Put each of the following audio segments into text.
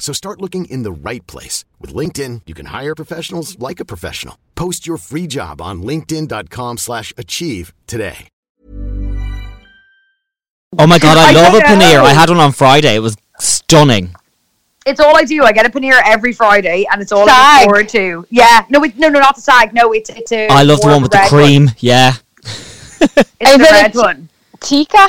So start looking in the right place. With LinkedIn, you can hire professionals like a professional. Post your free job on linkedin.com/achieve slash achieve today. Oh my god, I, I love a don't paneer. know. I had one on Friday. It was stunning. It's all I do. I get a paneer every Friday, and it's all I Sag. look forward to. Yeah, no, it, no, no, not the sag. No, it's it's a. I love the more one with the red cream. Yeah. It's Is the it a red t- one. Tika?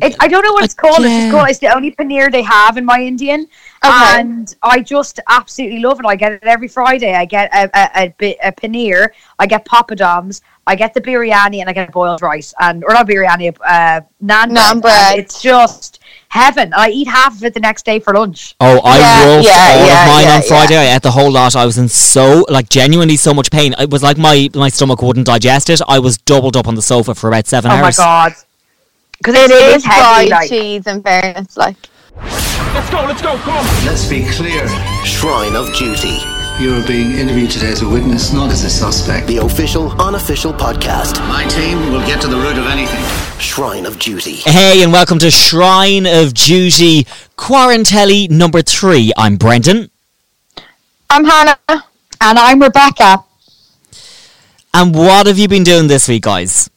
It, I don't know what it's called. It's Yeah. just called. It's the only paneer they have in my Indian, Okay. and I just absolutely love it. I get it every Friday. I get a a, a, bit, a paneer. I get papadums. I get the biryani, and I get boiled rice, and or not biryani, uh, naan, Naan and bread. It's just heaven. I eat half of it the next day for lunch. Oh, I Yeah, wolfed yeah, all yeah, of mine yeah, on Friday. I ate the whole lot. I was in so like genuinely so much pain. It was like my my stomach wouldn't digest it. I was doubled up on the sofa for about seven Oh my hours. god! Because It is heavy, fried like. cheese in fairness, like Let's be clear. Shrine of Duty, You're being interviewed today as a witness, not as a suspect. the official, unofficial podcast. My team will get to the root of anything. Shrine of Duty. Hey, and welcome to Shrine of Duty Quarantelli number three. I'm Brendan, I'm Hannah. And I'm Rebecca. and what have you been doing this week, guys?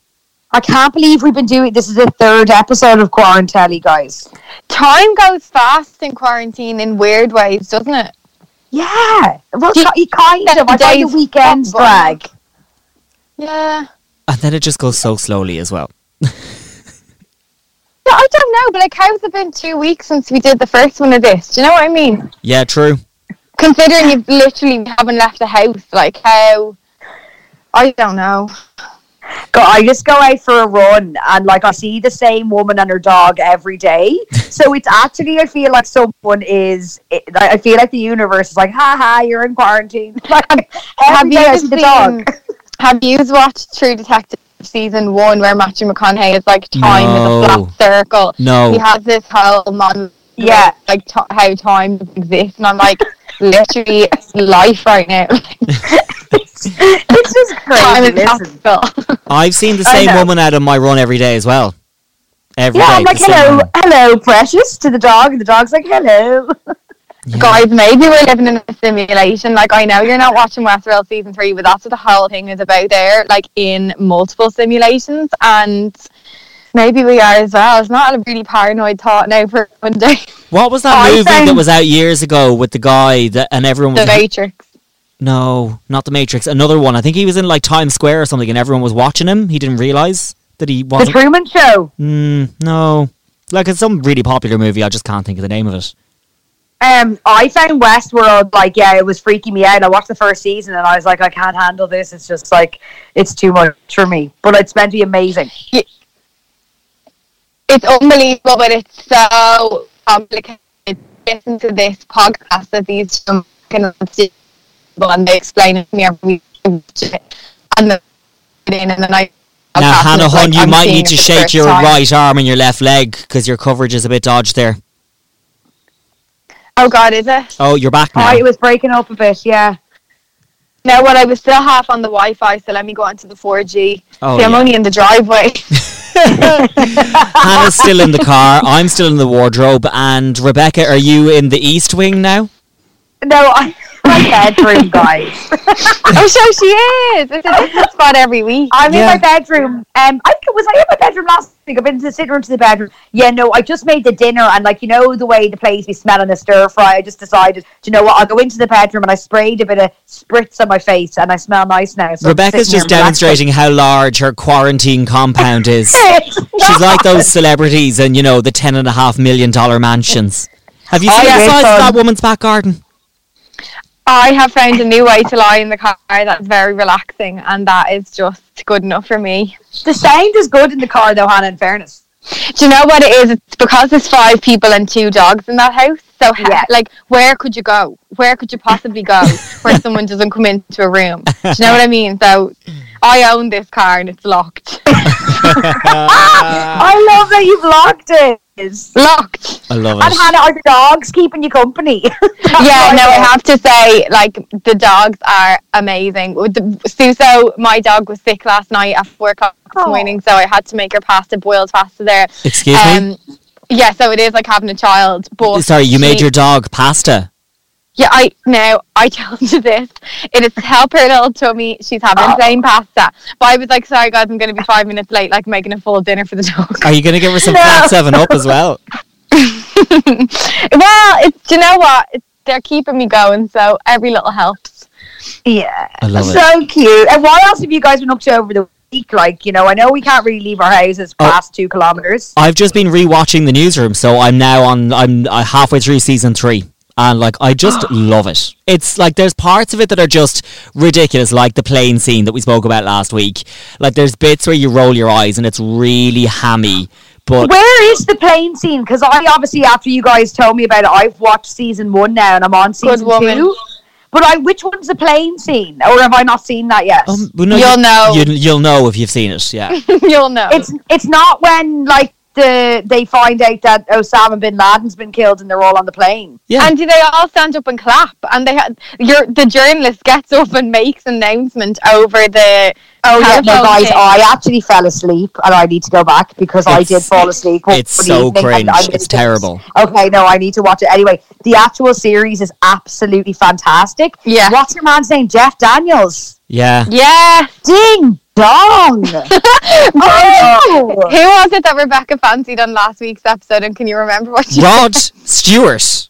I can't believe we've been doing this. Is the third episode of Quarantelli, guys. Time goes fast in quarantine in weird ways, doesn't it? Yeah, well, Gee, ki- kind of. I find days the weekends up, right? drag. Yeah. And then it just goes so slowly as well. No, I don't know, but like how's it been two weeks since we did the first one of this? Do you know what I mean? Yeah, true. Considering you literally haven't left the house, like how I don't know. Go, I just go out for a run, and like I see the same woman and her dog every day. so it's actually, I feel like someone is. It, I feel like the universe is like, ha ha, you're in quarantine. Like, Have every you day I ever see the dog. seen- Have you watched True Detective season one where Matthew McConaughey is like time is No. a flat circle? No. He has this whole monologue Oh. Yeah. like t- how time exists, and I'm like literally it's life right now. it's just time crazy. is Listen. possible. I've seen the I same know. woman out on my run every day as well. Every Yeah, day, I'm like, the same hello, woman. hello, precious, to the dog, and the dog's like, hello. Yeah. Guys, maybe we're living in a simulation. Like I know you're not watching Westworld season three, but that's what the whole thing is about. There, like in multiple simulations, and maybe we are as well. It's not a really paranoid thought now for one day. What was Oh, that I movie that found- was out years ago with the guy that and everyone the was Matrix. no, not the Matrix. Another one. I think he was in like Times Square or something, and everyone was watching him. He didn't realize that he The wasn't. Truman Show. Mm, no, like it's some really popular movie. I just can't think of the name of it. Um, I found Westworld like yeah, it was freaking me out. I watched the first season and I was like, I can't handle this. It's just like it's too much for me. But it's meant to be amazing. It's unbelievable, but it's so complicated. Listen to this podcast that these two can and they explain it to me every week. and then and then I. now, Hannah Like, Hun, you I'm might seeing need it to for the shake first your time. right arm and your left leg because your coverage is a bit dodged there. Oh God, is it? Oh, you're back now. Oh, it was breaking up a bit, yeah. No, well, I was still half on the Wi-Fi, so let me go on to the 4G. Oh, See, I'm yeah. only in the driveway. Hannah's still in the car. I'm still in the wardrobe. And Rebecca, are you in the East Wing now? No, I, my bedroom, guys. I'm sure Oh, she is. It's a different spot every week. I'm Yeah. in my bedroom. Um, I was I in my bedroom last week. I've been to the sitting room to the bedroom. Yeah, no, I just made the dinner, and like you know the way the place be smelling a stir fry. I just decided, do you know what? I'll go into the bedroom and I sprayed a bit of spritz on my face, and I smell nice now. So I'm Rebecca's sitting just here and demonstrating how large her quarantine compound is. relaxing. She's like those celebrities and, you know, the ten and a half million dollar mansions. Have you Oh, seen yeah, the size of fun. that woman's back garden? I have found a new way to lie in the car that's very relaxing, and that is just good enough for me. the sound is good in the car, though, Hannah. In fairness, Do you know what it is? It's because there's five people and two dogs in that house. So, he- Yeah. like, where could you go? Where could you possibly go where someone doesn't come into a room? Do you know what I mean? So, I own this car and it's locked. Ah. I love that you've locked it. Locked. I love And it. Hannah, are the dogs keeping you company? Oh yeah, no, I have to say, like, the dogs are amazing. With the, Suso, my dog, was sick last night after four o'clock this Oh. morning, so I had to make her pasta, boiled pasta there. Um, Excuse me? yeah, so it is like having a child. um, But Sorry, you made she- your dog pasta. Yeah, I now I told you this. It is to help her little tummy. She's having Ah. plain pasta. But I was like, sorry guys, I'm going to be five minutes late. Like making a full dinner for the dog. Are you going to give her some flat seven up as well? well, it's do you know what? It's, they're keeping me going, so every little helps. Yeah. I love it. so cute. And what else have you guys been up to over the week? Like, you know, I know we can't really leave our houses Oh. past two kilometers. I've just been rewatching the newsroom, so I'm now on. I'm uh, halfway through season three, and like I just love it. It's like there's parts of it that are just ridiculous, like the plane scene that we spoke about last week. Like there's bits where you roll your eyes, and it's really hammy. But Where is the plane scene? Because I obviously, after you guys told me about it, I've watched season one now, and I'm on Good season woman. two. But I, which one's the plane scene, or have I not seen that yet? um, well, no, You'll know. You, you'll know if you've seen it. Yeah. You'll know. it's it's not when like the they find out that Osama bin Laden's been killed and they're all on the plane. Yeah. And do they all stand up and clap? And they ha- your the journalist gets up and makes an announcement over the Oh yeah, no, telephone guys, thing. I actually fell asleep, and I need to go back because I It's- did fall asleep. one it's so evening and cringe. I missed It's it. terrible. Okay, no, I need to watch it anyway. The actual series is absolutely fantastic. Yeah. what's your man's name? Jeff Daniels. Yeah. yeah. Ding dong. oh, Who was it that Rebecca fancied on last week's episode? And can you remember what she Rod Stewart.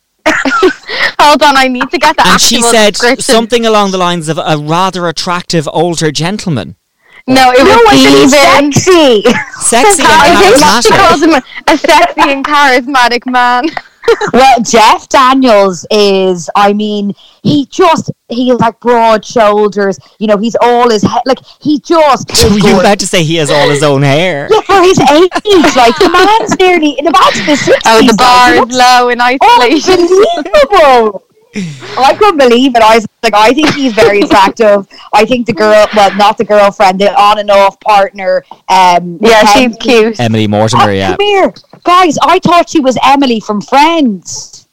Hold on, I need to get the And actual she said description. something along the lines of a rather attractive older gentleman. No, it no, was it's even. sexy. Sexy and I think she charismatic. calls him a sexy and charismatic man. Well, Jeff Daniels is, I mean, he just, he has like broad shoulders. You know, he's all his head, like, he just. Is Were you good. about to say he has all his own hair? Yeah, for his age, like, the man's nearly, the man's in his 60s. Oh, the bar like, is Oh, low in isolation. Unbelievable. Oh, I couldn't believe it. I was like, I think he's very attractive. I think the girl, well, not the girlfriend, the on and off partner. Um, yeah, she's Mackenzie- cute. Emily Oh, Mortimer, yeah. Come here, guys. I thought she was Emily from Friends.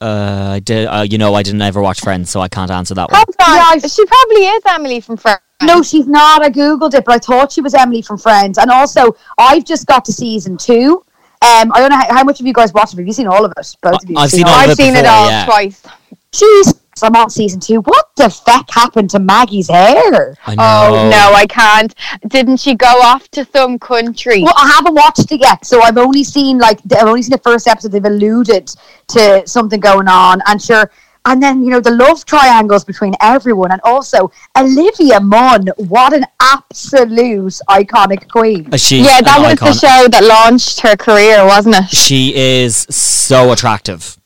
Uh, I did. Uh, you know, I didn't ever watch Friends, so I can't answer that one. Hold on, she probably is Emily from France. No, she's not. I googled it, but I thought she was Emily from Friends. And also, I've just got to season two. Um, I don't know how, how much of you guys watched it. Have you seen all of it? Both of you. I've seen all of I've it seen it before, all yeah. twice. Jeez, I'm on season two. What the feck happened to Maggie's hair? I know. Oh no, I can't. Didn't she go off to some country? Well, I haven't watched it yet, so I've only seen like the, I've only seen the first episode. They've alluded to something going on, and sure. And then you know the love triangles between everyone, and also Olivia Munn. What an absolute iconic queen! Uh, She's Yeah, that an was icon. the show that launched her career, wasn't it? She is so attractive.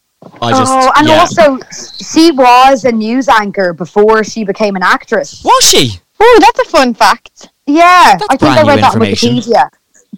I just. oh, and yeah. also she was a news anchor before she became an actress. was she? Oh, that's a fun fact. Yeah, I think brand I new read that on information. Wikipedia.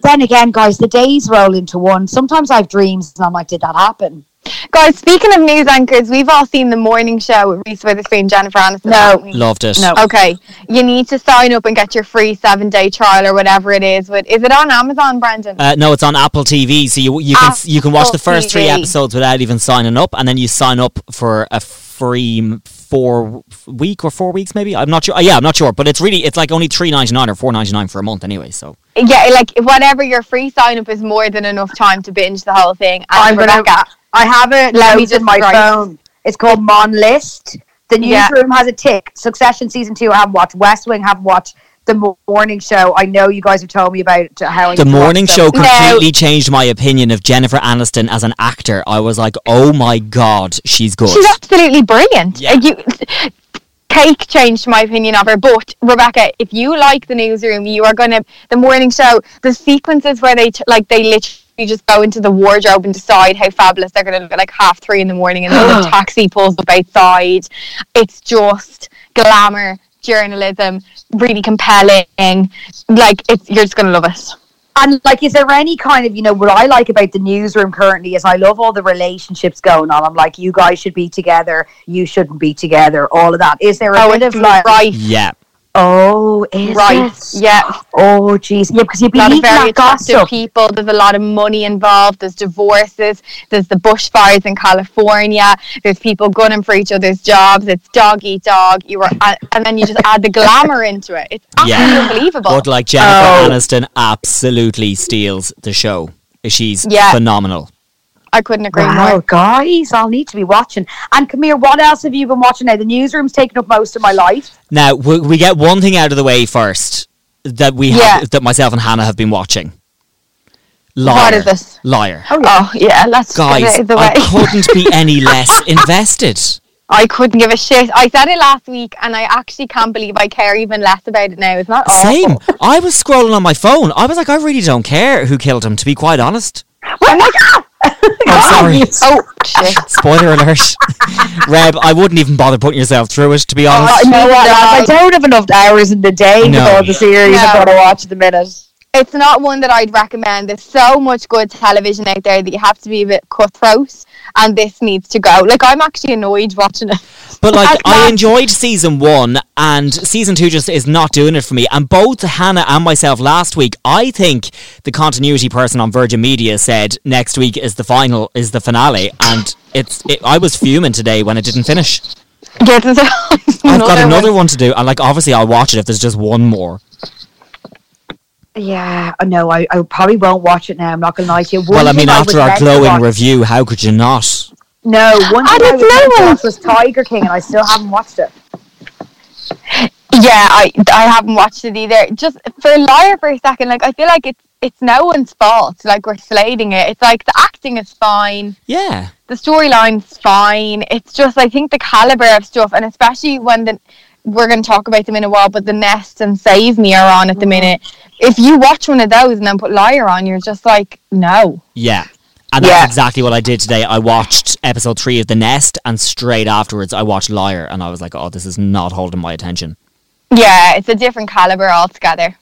Then again, guys, the days roll into one. Sometimes I have dreams and I'm like, did that happen? Guys, speaking of news anchors, we've all seen the morning show with Reese Witherspoon, Jennifer Aniston. No. haven't we? Loved it. No. Okay, you need to sign up and get your free seven day trial or whatever it is. With is it on Amazon, Brendan? Uh, no, it's on Apple TV, so you you can you can watch the Apple first three TV. episodes without even signing up, and then you sign up for a free m- four f- week or four weeks maybe. I'm not sure. Uh, yeah, I'm not sure, but it's really it's like only three ninety nine or four ninety nine for a month anyway. So yeah, like whatever your free sign up is more than enough time to binge the whole thing. And I'm gonna- Rebecca, I have it. Let me loads just in my write. phone. It's called Mon List. The Yeah. newsroom has a tick. Succession season two, I haven't watched. West Wing, haven't watched. The Mo- morning show, I know you guys have told me about how I need The to watch morning them. show No. completely changed my opinion of Jennifer Aniston as an actor. I was like, oh my god, she's good. She's absolutely brilliant. Yeah. Like, You, Cake changed my opinion of her, but Rebecca, if you like the newsroom, you are gonna the morning show. The sequences where they t- like they literally just go into the wardrobe and decide how fabulous they're gonna look at like half three in the morning, and then the taxi pulls up outside. It's just glamour journalism, really compelling. Like it's you're just gonna love it. And like, is there any kind of you know what I like about the newsroom currently is I love all the relationships going on. I'm like, you guys should be together, you shouldn't be together, all of that. Is there a Oh, bit it's of like, right, yeah. oh, is right, it? yeah. Oh, jeez, yeah, because you'd a be lot eating of that very attractive gossip. people. There's a lot of money involved. There's divorces. There's the bushfires in California. There's people gunning for each other's jobs. It's dog eat dog. You were, and then you just add the glamour into it. It's Yeah. absolutely unbelievable. But like Jennifer Oh. Aniston absolutely steals the show. She's Yeah. phenomenal. I couldn't agree Wow, more. guys, I'll need to be watching. And Kamir, what else have you been watching now? The newsroom's taken up most of my life. Now we, we get one thing out of the way first that we have, Yeah. that myself and Hannah have been watching. Liar. What is this? Liar. Oh yeah, let's Guys, get it out of the way. I couldn't be any less invested. I couldn't give a shit. I said it last week, and I actually can't believe I care even less about it now. It's not awful. Same. I was scrolling on my phone. I was like, I really don't care who killed him. To be quite honest. Oh my god! I'm sorry. Oh shit! Spoiler alert. Reb, I wouldn't even bother putting yourself through it, to be honest. I Uh, Oh, know what, lads, I don't have enough hours in the day No. with all the series I've got No. to watch at the minute. it's not one that I'd recommend. There's so much good television out there that you have to be a bit cutthroat, and this needs to go. Like I'm actually annoyed watching it. But like, At I last. enjoyed season one, and season two just is not doing it for me. And both Hannah and myself last week, I think the continuity person on Virgin Media said next week is the final, is the finale, and it's. It, I was fuming today when it didn't finish. Get into- I've got another one. one to do, and like, obviously, I'll watch it if there's just one more. Yeah, I know. I, I probably won't watch it now. I'm not going to lie to you. One well, I mean, thing was after our meant to glowing watch- review, how could you not? No, one thing I I don't was meant to know. watch was Tiger King, and I still haven't watched it. Yeah, I I haven't watched it either. Just for liar for a second, like I feel like it's it's no one's fault. Like we're slating it. It's like the acting is fine. Yeah. the storyline's fine. It's just I think the caliber of stuff, and especially when the we're going to talk about them in a while, but the Nest and Save Me are on at the minute. If you watch one of those and then put Liar on, you're just like, no. Yeah. And that's Yeah. exactly what I did today. I watched episode three of The Nest, and straight afterwards, I watched Liar, and I was like, oh, this is not holding my attention. Yeah, it's a different caliber altogether.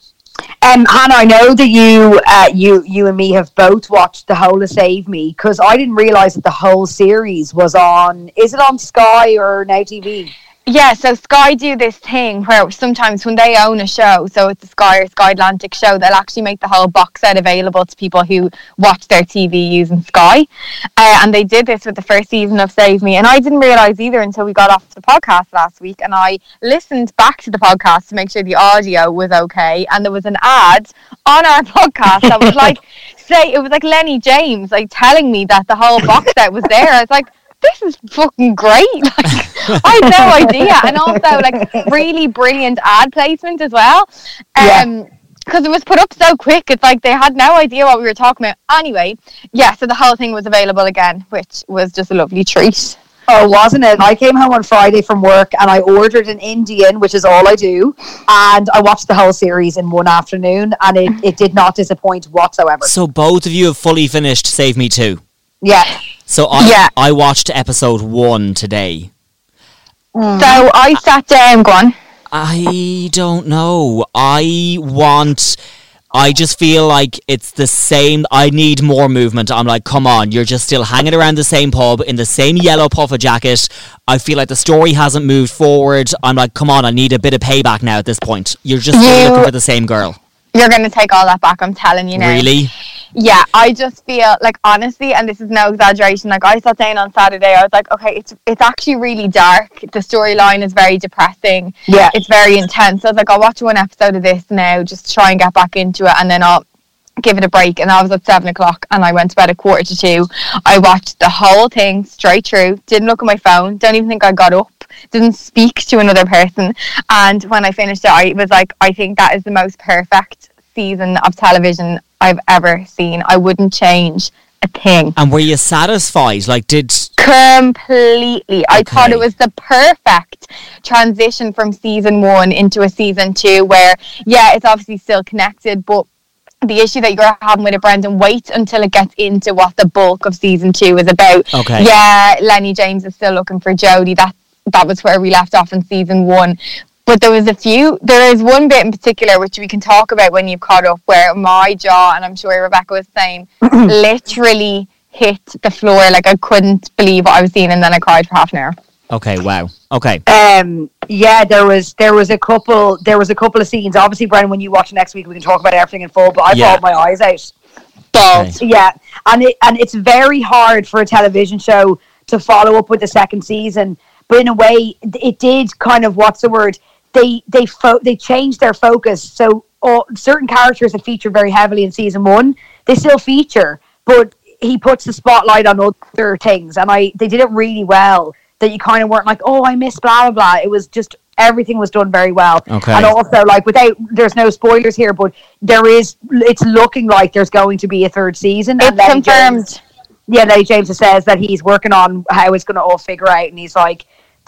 Um, Hannah, I know that you, uh, you, you and me have both watched the whole of Save Me because I didn't realize that the whole series was on. Is it on Sky or Now TV? Yeah, so Sky do this thing where sometimes when they own a show, so it's a Sky or Sky Atlantic show, they'll actually make the whole box set available to people who watch their TV using Sky. Uh, and they did this with the first season of Save Me. And I didn't realise either until we got off the podcast last week. And I listened back to the podcast to make sure the audio was okay. And there was an ad on our podcast that was like, say, it was like Lenny James, like telling me that the whole box set was there. I was like, this is fucking great. Like, I had no idea. And also, like, really brilliant ad placement as well. Um, Because it was put up so quick, it's like they had no idea what we were talking about. Anyway, yeah, so the whole thing was available again, which was just a lovely treat. Oh, wasn't it? I came home on Friday from work and I ordered an Indian, which is all I do, and I watched the whole series in one afternoon, and it, it did not disappoint whatsoever. So both of you have fully finished Save Me Too. Yeah. So I, Yeah. I watched episode one today. So I sat down, gone. I don't know. I want. I just feel like it's the same. I need more movement. I'm like, come on, you're just still hanging around the same pub in the same yellow puffer jacket. I feel like the story hasn't moved forward. I'm like, come on, I need a bit of payback now at this point. You're just still You- looking for the same girl. You're going to take all that back, I'm telling you now. Really? Yeah, I just feel like honestly, and this is no exaggeration. Like I sat down on Saturday, I was like, okay, it's it's actually really dark. The storyline is very depressing. Yeah. it's very intense. I was like, I'll watch one episode of this now, just try and get back into it, and then I'll give it a break. And I was at seven o'clock, and I went to bed at quarter to two. I watched the whole thing straight through. Didn't look at my phone. Don't even think I got up. didn't speak to another person. And when I finished it, I was like, I think that is the most perfect season of television I've ever seen. I wouldn't change a thing. And were you satisfied? Like, did Completely. I thought Okay. it was the perfect transition from season one into a season two where, yeah, it's obviously still connected, but the issue that you're having with it, Brendan, wait until it gets into what the bulk of season two is about. Okay. Yeah, Lenny James is still looking for Jodie. That that was where we left off in season one. But there was a few. There is one bit in particular which we can talk about when you've caught up, where my jaw, and I'm sure Rebecca was saying, literally hit the floor. Like I couldn't believe what I was seeing, and then I cried for half an hour. okay, wow, okay, Um, yeah, there was there was a couple there was a couple of scenes. Obviously, Brian, when you watch it next week, we can talk about everything in full. But I Yeah. bawled my eyes out. okay. Yeah, and it and it's very hard for a television show to follow up with the second season. But in a way, it did kind of what's the word? They they fo- they changed their focus. So all, certain characters that featured very heavily in season one, they still feature, but he puts the spotlight on other things. And I they did it really well. That you kind of weren't like, oh, I miss blah blah blah. It was just everything was done very well. Okay. And also, like, without there's no spoilers here, but there is. It's looking like there's going to be a third season. and It's Lenny confirmed. James- yeah, Lenny James says that he's working on how it's going to all figure out, and he's like,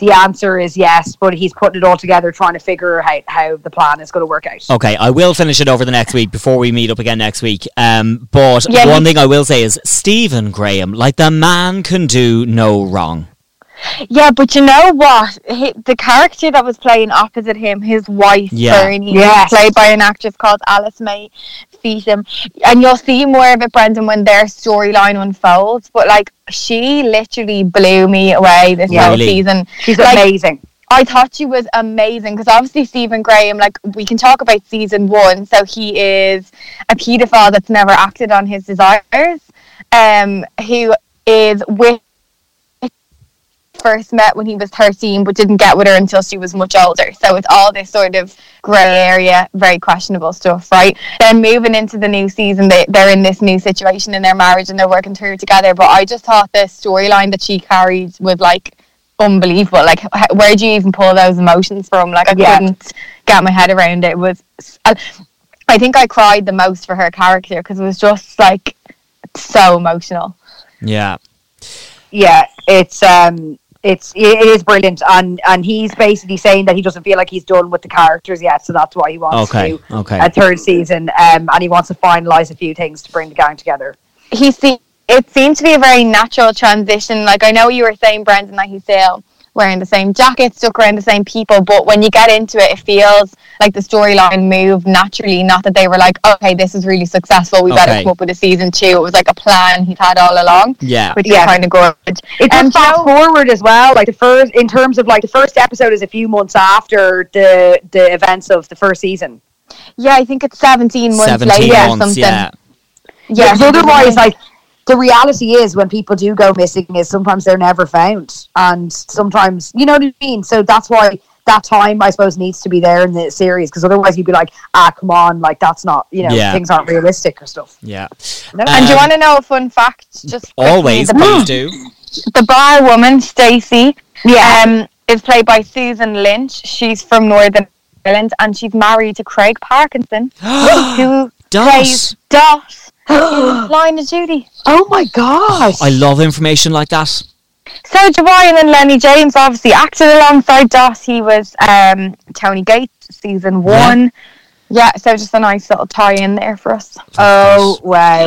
the answer is yes, but he's putting it all together, trying to figure out how the plan is going to work out. Okay, I will finish it over the next week before we meet up again next week. Um, but Yeah, one he- thing I will say is Stephen Graham, like the man can do no wrong. Yeah, but you know what? He, the character that was playing opposite him, his wife, Yeah. Bernie, Yes. played by an actress called Alice May Feetham. And you'll see more of it, Brendan, when their storyline unfolds. But, like, she literally blew me away this Yeah. whole Really? season. She's Like, amazing. I thought she was amazing because obviously Stephen Graham, like we can talk about season one, so he is a paedophile that's never acted on his desires, um, who is with first met when he was 13 but didn't get with her until she was much older so it's all this sort of grey area very questionable stuff right then moving into the new season they, they're in this new situation in their marriage and they're working through together but I just thought the storyline that she carried was like unbelievable like h- where do you even pull those emotions from like I Yeah. couldn't get my head around it, it was I, I think I cried the most for her character because it was just like so emotional Yeah. Yeah, it's um, it's it is brilliant, and and he's basically saying that he doesn't feel like he's done with the characters yet, so that's why he wants Okay, to do okay. a third season, um, and he wants to finalize a few things to bring the gang together. he see it seemed to be a very natural transition. Like I know you were saying, Brendan, that he's still wearing the same jacket, stuck around the same people, but when you get into it, it feels like the storyline moved naturally. Not that they were like, okay, this is really successful. We better Okay. come up with a season two. It was like a plan he'd had all along, Yeah. which Yeah. is kind of good. It Um, just fast forward as well. Like the first, in terms of like the first episode is a few months after the the events of the first season. yeah, I think it's seventeen months 17 later or months, something. yeah. Yeah, Because otherwise, like the reality is, when people do go missing, is sometimes they're never found, and sometimes you know what I mean. So that's why that time, I suppose, needs to be there in the series, because otherwise you'd be like, ah, come on, like that's not, you know, Yeah. things aren't realistic or stuff. Yeah. No? and do you Um, want to know a fun fact? Just quickly, Always, the- please do. the bar woman Stacey um, is played by Susan Lynch. She's from Northern Ireland and she's married to Craig Parkinson, who Does. plays Dot in Line of Duty. Oh my gosh! I love information like that. So Jawarian and Lenny James obviously acted alongside Dot. He was um, Tony Gates season one. Yeah, so just a nice little tie in there for us. oh wow!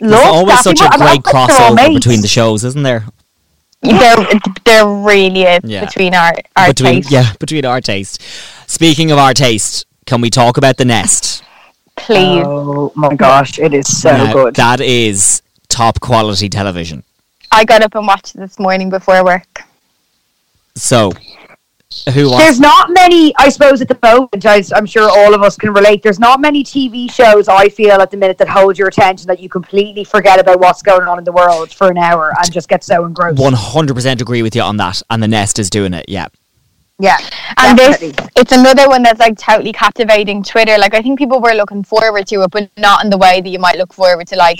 There's Love always that. such People- a I love great that they're all crossover mates. between the shows, isn't there? There, there really is Yeah. between our, our between taste. yeah, between our taste. Speaking of our taste, can we talk about the nest? Please. Oh my gosh! It is so Now, good. That is top quality television. I got up and watched it this morning before work. So, who wants? There's not many, I suppose, at the moment. I, I'm sure all of us can relate. There's not many TV shows I feel at the minute that hold your attention that you completely forget about what's going on in the world for an hour and just get so engrossed. One hundred percent agree with you on that, and the Nest is doing it. Yeah, Yeah, And definitely. this, it's another one that's like totally captivating Twitter. Like I think people were looking forward to it, but not in the way that you might look forward to like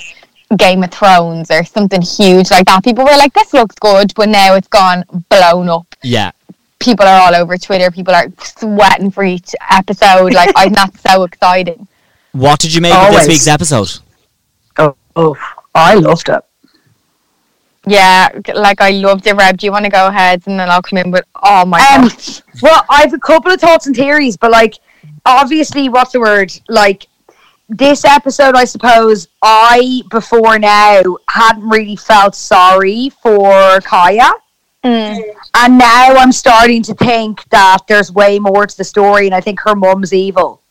Game of Thrones or something huge like that. People were like, "This looks good," but now it's gone blown up. yeah, people are all over Twitter. People are sweating for each episode. Like I'm not so excited. What did you make of this Always. week's episode? Oh, oh, I loved it. Yeah, like I loved it, Reb. Do you want to go ahead and then I'll come in with oh my Um, god. Well, I have a couple of thoughts and theories, but like, obviously, what's the word? Like, this episode, I suppose, I before now hadn't really felt sorry for Kaya. mm. And now I'm starting to think that there's way more to the story, and I think her mum's evil.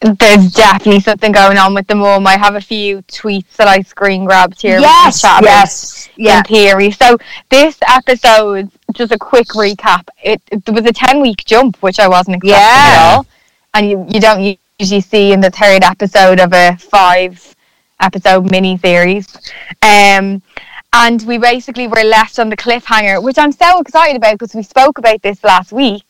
There's definitely something going on with the mum. I have a few tweets that I screen grabbed here. we can yes, chat about yes, yeah. In theory. So this episode, just a quick recap. It, it was a ten week jump, which I wasn't expecting Yeah. at all. And you, you don't usually see in the third episode of a five episode mini series. Um and we basically were left on the cliffhanger, which I'm so excited about because we spoke about this last week,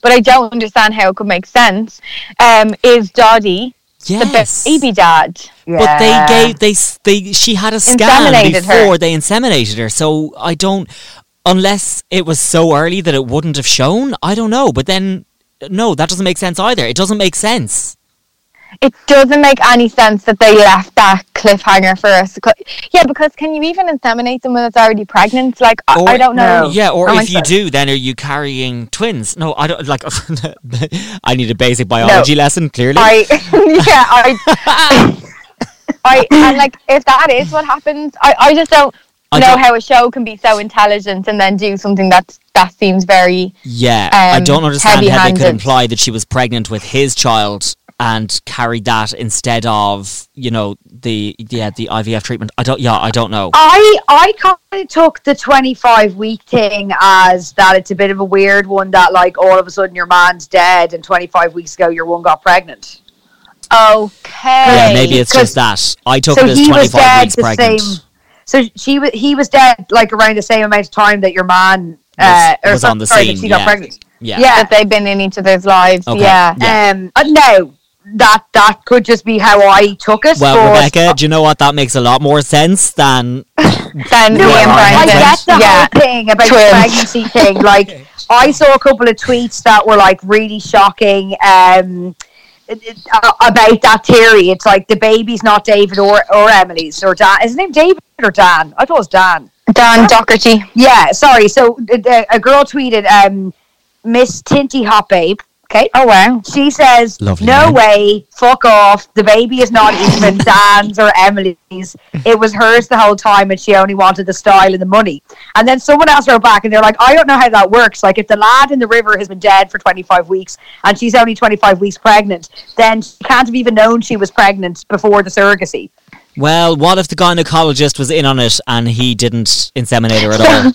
but I don't understand how it could make sense. Um, is Doddy Yes. the E baby dad? But they Yeah. gave they s- they she had a scan Inseminated her. before they inseminated her, so I don't unless it was so early that it wouldn't have shown. I don't know, but then no, that doesn't make sense either. It doesn't make sense. it doesn't make any sense that they left that cliffhanger for us. Co- Yeah, because can you even inseminate them when it's already pregnant? Like, I, Or- I don't know. Yeah, or That if makes you sense. do, then are you carrying twins? No, I don't like. I need a basic biology lesson. Clearly, I, yeah, I, I, and like, if that is what happens, I, I just don't I know don't- how a show can be so intelligent and then do something that that seems very. yeah, I um, don't understand how they could heavy-handed. imply that she was pregnant with his child and carried that instead of you know the yeah the IVF treatment. I don't. Yeah, I don't know. I I kind of took the 25 week thing as that it's a bit of a weird one that like all of a sudden your man's dead and 25 weeks ago your one got pregnant. Okay. Yeah, maybe it's just 'cause- that. I took so it as he was 25 dead weeks the pregnant. same. So she was he was dead like around the same amount of time that your man uh, Was- or was on the sorry, scene, That she yeah. got pregnant. Yeah. Yeah. That they've been in each other's lives. Okay. Yeah. Um. uh, No, that that could just be how I took it. Well, but- Rebecca, do you know what? That makes a lot more sense than. Then No, being I pregnant. get the yeah. whole thing about Twins. the pregnancy thing. Like, I saw a couple of tweets that were like really shocking um, it- it- uh, about that theory. It's like the baby's not David or, or Emily's or Dan. Is his name David or Dan? I thought it was Dan. Dan Docherty. Yeah, sorry. So uh, a girl tweeted, um, Miss Tinty Hot Babe. Okay. Oh, wow. She says, Lovely "No name. way, fuck off. The baby is not even Dan's or Emily's. It was hers the whole time, and she only wanted the style and the money." And then someone else wrote back, and they're like, "I don't know how that works. Like, if the lad in the river has been dead for 25 weeks, and she's only 25 weeks pregnant, then she can't have even known she was pregnant before the surrogacy." Well, what if the gynecologist was in on it and he didn't inseminate her at all?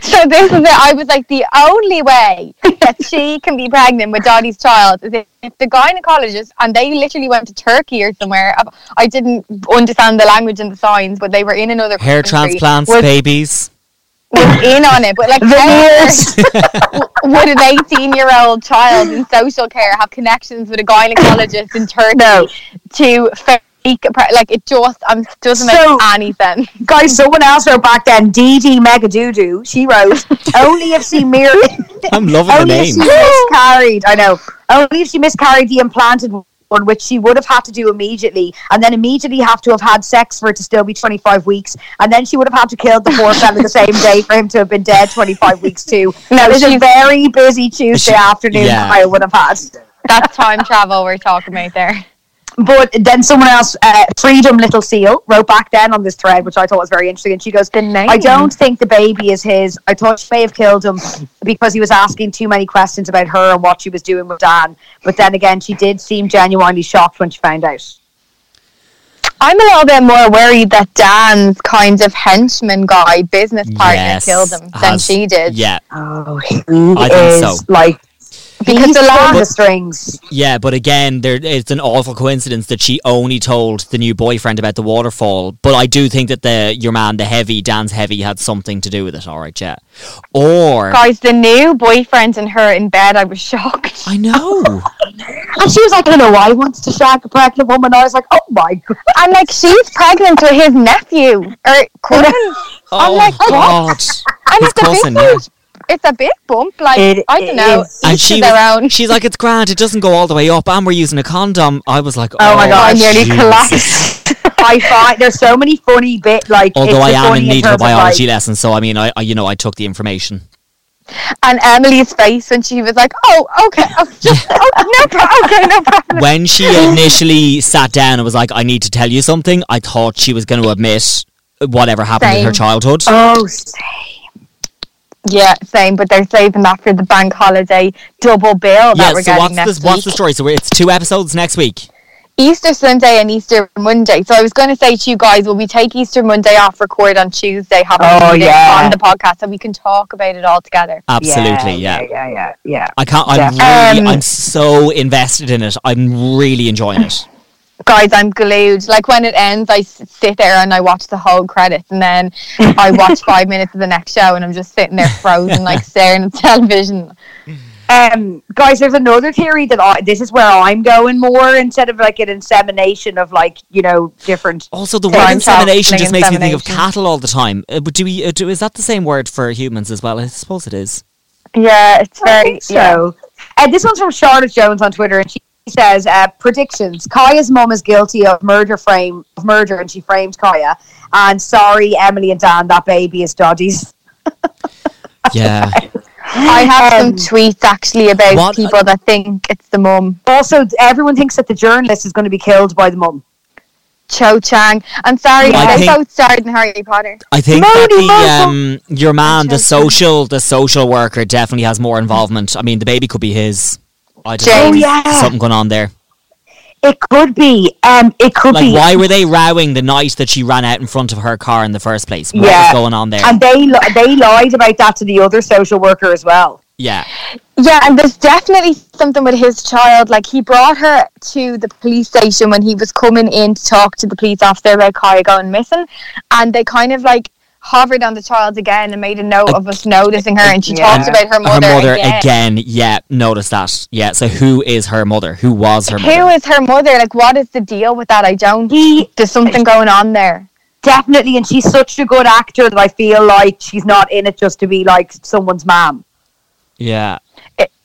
So this is it. I was like, the only way that she can be pregnant with Dottie's child is if the gynecologist, and they literally went to Turkey or somewhere. I- I didn't understand the language and the signs, but they were in another Hair country, transplants, Was, babies. was in on it, but like, how would an eighteen-year-old child in social care have connections with a gynecologist in Turkey No. to fake? a pre- Like it just um, doesn't make So- any sense. Guys, someone else wrote back then, Dee Dee Megadoodoo. She wrote, "Only if she merely." I'm loving the Only if name. she miscarried, I know. Only if she miscarried the implanted one, which she would have had to do immediately, and then immediately have to have had sex for it to still be 25 weeks, and then she would have had to kill the poor fella the same day for him to have been dead 25 weeks too. No, It was a she's- very busy Tuesday She- afternoon yeah. I would have had. that's time travel we're talking about there. But then someone else, uh, Freedom Little Seal, wrote back then on this thread, which I thought was very interesting, and she goes, The name. I don't think the baby is his. I thought she may have killed him because he was asking too many questions about her and what she was doing with Dan. But then again, she did seem genuinely shocked when she found out. I'm a little bit more worried that Dan's kind of henchman guy, business partner, killed him than has- she did. Yeah, Oh, he I think is so. like Because he's the pulling last, the strings. yeah, but again, there it's an awful coincidence that she only told the new boyfriend about the waterfall. But I do think that the your man, the heavy Dan's heavy, had something to do with it. All right, yeah, or guys, the new boyfriend and her in bed, I was shocked. I know. And she was like, "You know, I wants to shag a pregnant woman." I was like, "Oh my god!" And like, she's pregnant with his nephew or cousin. Oh I'm like, what? God. And His if the cousin, video, it's a big bump. Like It I don't know, is. And each she to was, their own. she's like, it's grand. It doesn't go all the way up, and we're using a condom. I was like, oh, Oh my God, I nearly Jesus. collapsed. I find there's so many funny bit like. Although it's I am funny in need of a terms biology like, lesson, so I mean, I, I you know I took the information. and Emily's face when she was like, "Oh, okay, oh, just, oh, no, pro- okay, no problem." When she initially sat down and was like, I need to tell you something, I thought she was going to admit whatever happened in her Same. childhood. Oh, same. Yeah, same. But they're saving that for the bank holiday double bill that yeah, we're so getting what's next the, what's the week. story? So it's two episodes next week. Easter Sunday and Easter Monday. So I was going to say to you guys, will we take Easter Monday off, record on Tuesday, have a Oh, meeting yeah. on the podcast, so we can talk about it all together. Absolutely, yeah. yeah, yeah, yeah, yeah. I can't. I'm Definitely. really. Um, I'm so invested in it. I'm really enjoying it. guys, I'm glued. Like when it ends, I s- sit there and I watch the whole credits, and then I watch five minutes of the next show, and I'm just sitting there frozen, like staring at television. um, guys, there's another theory that I, this is where I'm going more instead of like an insemination of like you know different. Also, the Time word insemination traveling just makes me think of insemination. cattle all the time. Uh, but do we? Uh, do, is that the same word for humans as well? I suppose it is. Yeah, it's I very think yeah. so. And this one's from Charlotte Jones on Twitter, and she says uh, predictions: Kaya's mum is guilty of murder frame of murder, and she frames Kaya. And sorry, Emily and Dan, that baby is Doddy's. Yeah. I have Um, some tweets actually about what- people that think it's the mum, Also, everyone thinks that the journalist is going to be killed by the mum. Cho Chang. I'm sorry, I they think- both starred in Harry Potter. I think Moni that the Mosel. um, your man, the social, the social worker, definitely has more involvement. I mean, the baby could be his. I don't James. Oh know. yeah, Something going on there. it could be. Um, it could Like, be. why were they rowing the night that she ran out in front of her car in the first place? What Yeah. was going on there? And they li- they lied about that to the other social worker as well. yeah. Yeah, and there's definitely something with his child. Like he brought her to the police station when he was coming in to talk to the police officer about Kaya going missing, and they kind of like hovered on the child again and made a note of us noticing her, and she Yeah. talked about her mother, her mother again. again. Yeah, notice that. Yeah, so who is her mother? Who was her mother? Who is her mother? Like, what is the deal with that? I don't. He There's something going on there. definitely, and she's such a good actor that I feel like she's not in it just to be like someone's mom. yeah.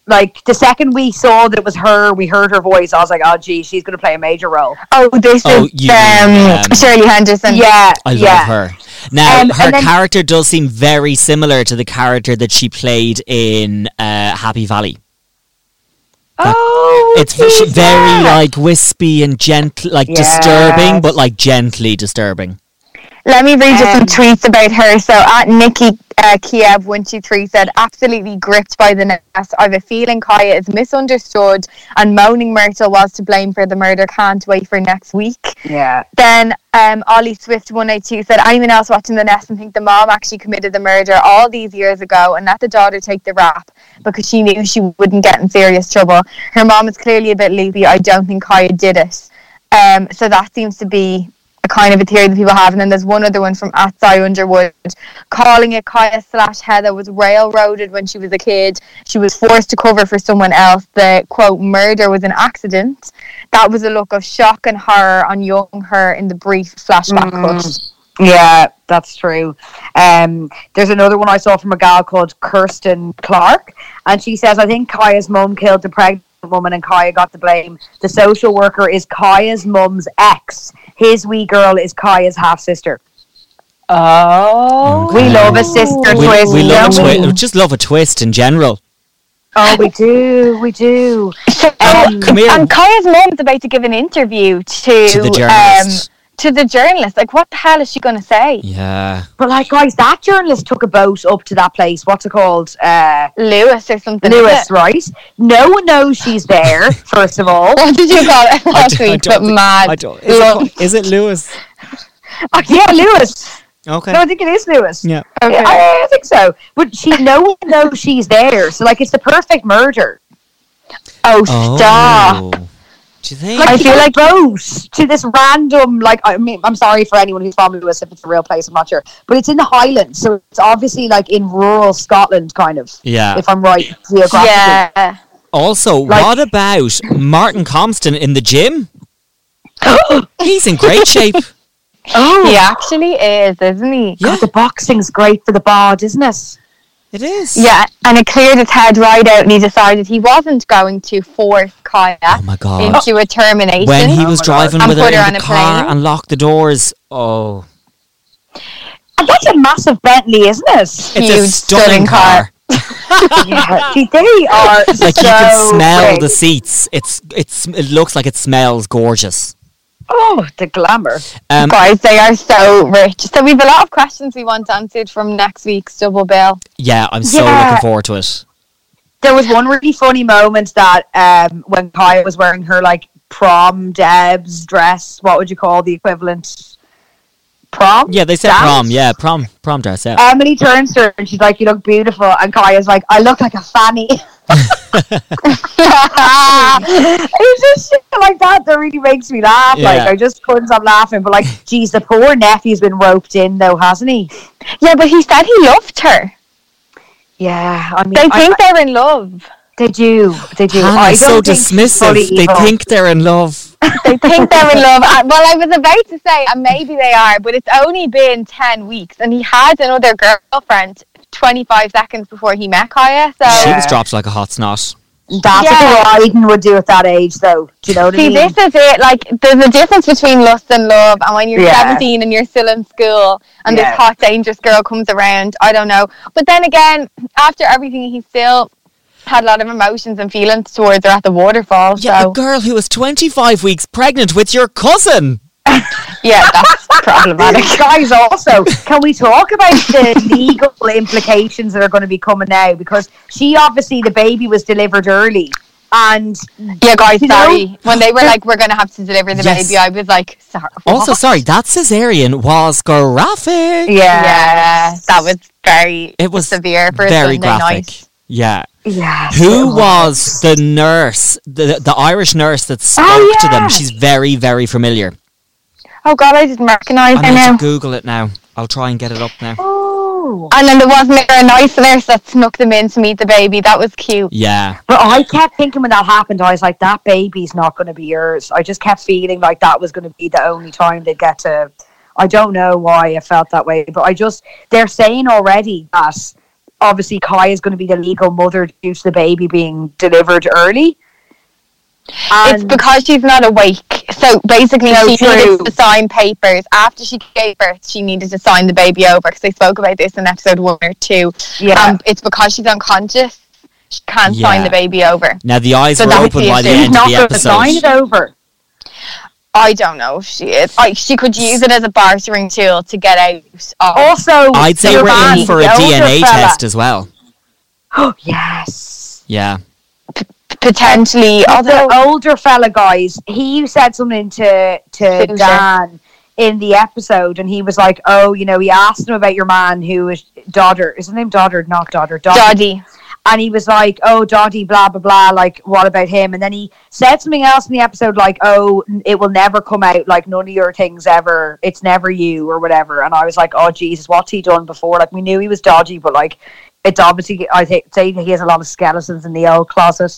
Like the second we saw that it was her, we heard her voice. I was like, oh gee, she's going to play a major role. Oh, this Oh, is you mean, um, um, Shirley Henderson. yeah, I yeah. love her. Now, Um, her and then- character does seem very similar to the character that she played in uh, Happy Valley. Oh, It's v- she- very like wispy and gentle, like disturbing, but like gently disturbing. Let me read you some Um, tweets about her. So at Nikki uh, Kiev one two three said, "Absolutely gripped by the nest. I've a feeling Kaya is misunderstood, and moaning Myrtle was to blame for the murder. Can't wait for next week." yeah. Then um, Ollie Swift one eight two said, "Anyone else watching the nest and think the mom actually committed the murder all these years ago and let the daughter take the rap because she knew she wouldn't get in serious trouble. Her mom is clearly a bit loopy. I don't think Kaya did it. Um, so that seems to be a kind of a theory that people have. And then there's one other one from Atsai Underwood calling it Kaya slash Heather was railroaded when she was a kid. She was forced to cover for someone else. The quote murder was an accident. That was a look of shock and horror on young her in the brief flashback cut. Mm. Yeah, that's true. Um, there's another one I saw from a gal called Kirsten Clark, and she says, I think Kaya's mum killed the pregnant woman, and Kaya got the blame. The social worker is Kaya's mum's ex. His wee girl is Kaya's half sister. Oh, We love a sister We, twist. we love a don't twi- we just love a twist in general. Oh, we do, we do. So, Um, come here. and Kaya's mom's about to give an interview to, To the Um, journalist. to the journalist. Like, what the hell is she going to say? Yeah. But like, guys, that journalist took a boat up to that place. What's it called? Uh, Lewis or something. isn't Lewis, it? right? No one knows she's there. First of all, What did you call it I last d- I week? don't But think- mad. I don't, is, it, love. called- is it Lewis? oh, yeah, Lewis. Okay. No, I think it is Lewis. yeah. Okay. I, I think so. But she, no one knows she's there. So like, it's the perfect murder. oh, stop. Oh. Do you think? Like, I she feel got like- goes to this random. Like, I mean, I'm sorry for anyone who's from Lewis if it's a real place. I'm not sure, but it's in the Highlands, so it's obviously like in rural Scotland, kind of. yeah. If I'm right geographically. Yeah. Also, Like- what about Martin Compton in the gym? He's in great shape. He actually is, isn't he? Yeah. The boxing's great for the bod, isn't it? It is. Yeah, and it cleared his head right out, and he decided he wasn't going to force Kaya Oh my God. into a termination. When he and was driving And with her put her in on the a car plane. and locked the doors. Oh, And that's a massive Bentley, isn't it? it's a Huge stunning stunning car. car. yeah. See, they are Like so you can smell pretty. the seats. It's it's it looks like it smells gorgeous. Oh, the glamour. Um, Guys, they are so rich. So we've a lot of questions we want answered from next week's double bill. yeah, I'm so Yeah. looking forward to it. There was one really funny moment that um, when Kaya was wearing her like prom Deb's dress. What would you call the equivalent? Prom. Yeah, they said Dance? prom. Yeah, prom prom dress. Yeah. Emily turns to her and she's like, "You look beautiful," and Kaya's like, "I look like a fanny." it's just shit like that that really makes me laugh. Like Yeah. I just couldn't stop laughing. But like, geez, the poor nephew's been roped in though, hasn't he? Yeah, but he said he loved her. Yeah, I mean, They I- think I- they're in love. they do. They do. Hannah I is so don't think she's dismissive. fully They evil. think they're in love. They think they're in love. Uh, Well, I was about to say, and maybe they are, but it's only been 10 weeks, and he had another girlfriend 25 seconds before he met Kaya. So She Uh, was dropped like a hot snot. That's Yeah. what Biden would do at that age, though. Do you know what I See, mean? this is it. Like, there's a difference between lust and love. And when you're Yeah. 17 and you're still in school, and Yeah. this hot, dangerous girl comes around, I don't know. But then again, after everything, he still had a lot of emotions and feelings towards her at the waterfall. Yeah, so, a girl who was 25 weeks pregnant with your cousin. yeah, that's problematic. Guys, also, can we talk about the legal implications that are going to be coming now? Because she obviously, the baby was delivered early. And Yeah, guys, You know? sorry. when they were like, we're going to have to deliver the Yes. baby, I was like, sorry. Also, what? sorry, that cesarean was graphic. Yeah, that was very It was severe for a very Sunday graphic. night. Yeah. yeah. Who was the nurse, the the Irish nurse that spoke to them? yeah. She's very, very familiar. Oh, God, I didn't recognize I'm her going to now. Google it now. I'll try and get it up now. Oh. And then there was a nice nurse that snuck them in to meet the baby. That was cute. Yeah. But I kept thinking when that happened, I was like, that baby's not going to be yours. I just kept feeling like that was going to be the only time they'd get to. I don't know why I felt that way, but I just. They're saying already that obviously Kai is going to be the legal mother due to the baby being delivered early. It's And- because she's not awake. So basically, No, she true. needed to sign papers. After she gave birth, she needed to sign the baby over because they spoke about this in episode one or two. Yeah. Um, it's because she's unconscious. She can't Yeah. sign the baby over. Now the eyes So were that was open the by the issue. end of not the going to sign it episode. over. I don't know if she is. I, she could use it as a bartering tool to get out. Of. Also, I'd say your we're in man, for a the older DNA fella- test as well. Yes. Yeah. potentially, although the older fella guys, he said something to to Fincher. Dan in the episode, and he was like, "Oh, you know," he asked him about your man who is Dodder. Is his name Dodder? Not Dodder. Dodder. Doddy. And he was like, "Oh, Doddy, blah blah blah." Like, what about him? And then he said something else in the episode, like, "Oh, n- it will never come out. Like, none of your things ever. It's never you or whatever." And I was like, "Oh Jesus, what's he done before?" Like, we knew he was dodgy, but like, it's obviously I think say he has a lot of skeletons in the old closet.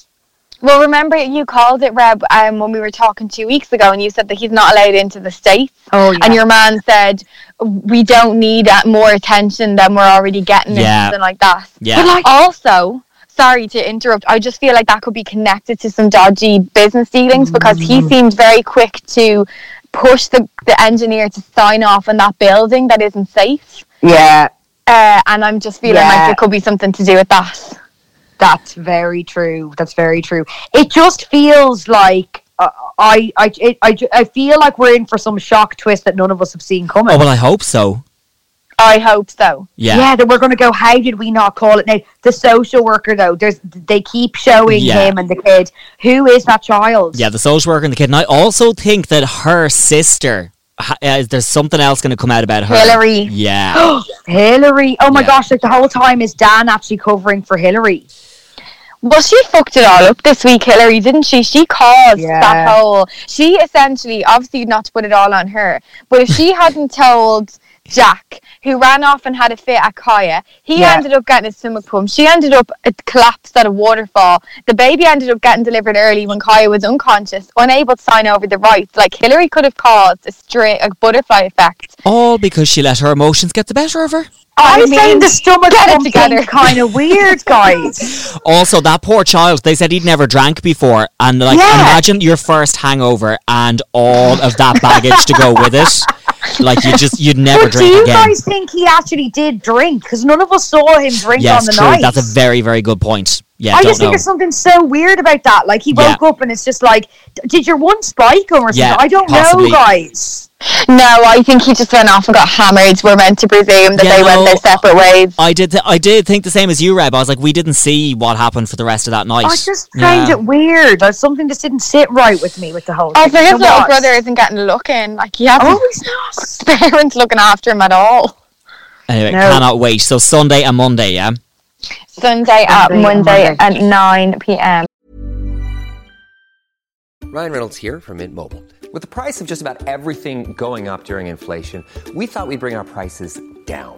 Well, remember you called it Reb um, when we were talking two weeks ago, and you said that he's not allowed into the states. Oh, yeah. And your man said, "We don't need uh, more attention than we're already getting," Yeah. and something like that. Yeah. But like, also, sorry to interrupt. I just feel like that could be connected to some dodgy business dealings because he Mm. seemed very quick to push the, the engineer to sign off on that building that isn't safe. yeah. Uh, and I'm just feeling Yeah. like it could be something to do with that. That's very true. That's very true. It just feels like uh, I, I, it, I, I feel like we're in for some shock twist that none of us have seen coming. Oh well, I hope so. I hope so. Yeah. that we're going to go. How did we not call it? Now the social worker though, there's they keep showing Yeah. him and the kid. Who is that child? Yeah, the social worker and the kid. And I also think that her sister, ha- uh, there's something else going to come out about her. Hillary. Yeah. Hillary. Oh my Yeah. gosh! Like the whole time is Dan actually covering for Hillary? Well, she fucked it all up this week, Hillary, didn't she? She caused Yeah. that whole. She essentially, obviously, not to put it all on her, but if she hadn't told Jack, who ran off and had a fit at Kaya, he Yeah. ended up getting a stomach pump. She ended up uh, collapsed at a waterfall. The baby ended up getting delivered early when Kaya was unconscious, unable to sign over the rights. Like Hillary could have caused a straight, a butterfly effect. All because she let her emotions get the better of her. I, mean, find the stomach get it pump together. kind of weird, guys. Also, that poor child, they said he'd never drank before. And like, Yeah. imagine your first hangover and all of that baggage to go with it. Like, you just, you'd never but do drink you again. guys think he actually did drink? Because none of us saw him drink yes, on the true. night. That's a very, very good point. Yeah, I don't just know. think there's something so weird about that. Like he Yeah. woke up and it's just like, "D- did your one spike come or something? Yeah, I don't possibly. know, guys. No, I think he just went off and got hammered. We're meant to presume that Yeah, they no. went their separate ways. I did. Th- I did think the same as you, Reb. I was like, we didn't see what happened for the rest of that night. I just found Yeah. it weird. Like, something just didn't sit right with me with the whole. Oh, thing. for his It little was. brother isn't getting looking. Like he hasn't Oh, he's not. his parents looking after him at all. Anyway, No. cannot wait. So Sunday and Monday, yeah. Sunday at Sunday and Monday Monday. at nine PM. Ryan Reynolds here from Mint Mobile. With the price of just about everything going up during inflation, we thought we'd bring our prices down.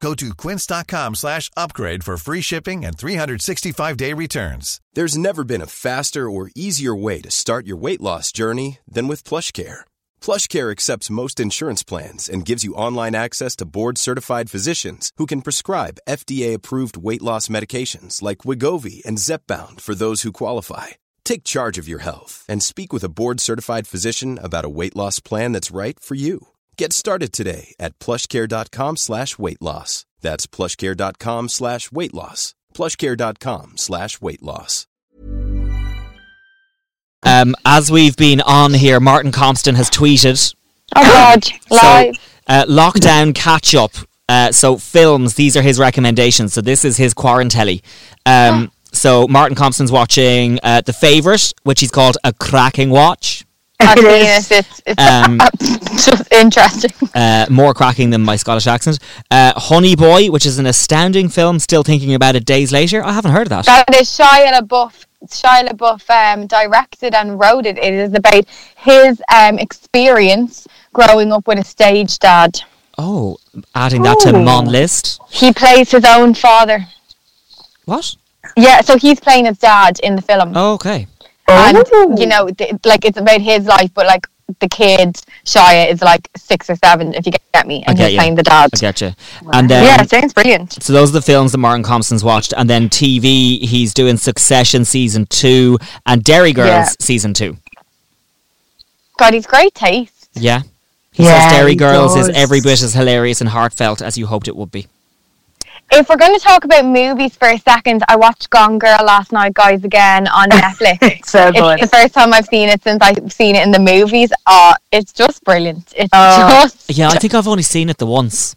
Go to quince.com slash upgrade for free shipping and 365-day returns. There's never been a faster or easier way to start your weight loss journey than with PlushCare. PlushCare accepts most insurance plans and gives you online access to board-certified physicians who can prescribe FDA-approved weight loss medications like Wigovi and Zepbound for those who qualify. Take charge of your health and speak with a board-certified physician about a weight loss plan that's right for you. Get started today at plushcare.com slash weight loss. That's plushcare.com slash weight loss. plushcare.com slash weight loss. Um, as we've been on here, Martin Compton has tweeted Oh God, live. So, uh, lockdown catch up. Uh, so films. These are his recommendations. So this is his quarantelli. Um, so Martin Compton's watching uh, The Favorite, which he's called a cracking watch. I've It seen is. it. It's, it's Um, just interesting. uh, more cracking than my Scottish accent. Uh, Honey Boy, which is an astounding film. Still thinking about it days later. I haven't heard of that. That is Shia LaBeouf. Shia LaBeouf um, directed and wrote it. It is about his um, experience growing up with a stage dad. oh, adding that to mon list. He plays his own father. What? Yeah, so he's playing his dad in the film. Oh, okay. Oh. and you know th- like it's about his life but like the kid Shia is like six or seven if you get me and get Um, he's you. playing the dad I getcha. And then yeah it sounds brilliant So those are the films that Martin Compson's watched, and then TV. He's doing Succession season two and Dairy Girls Yeah. season two. god he's great taste Yeah, he Yeah, says Dairy he Girls is does. every bit as hilarious and heartfelt as you hoped it would be. if we're going to talk about movies for a second I watched Gone Girl last night guys again on Netflix So good. it's the first time I've seen it since I've seen it in the movies oh it's just brilliant it's Oh. just Yeah, I think I've only seen it the once.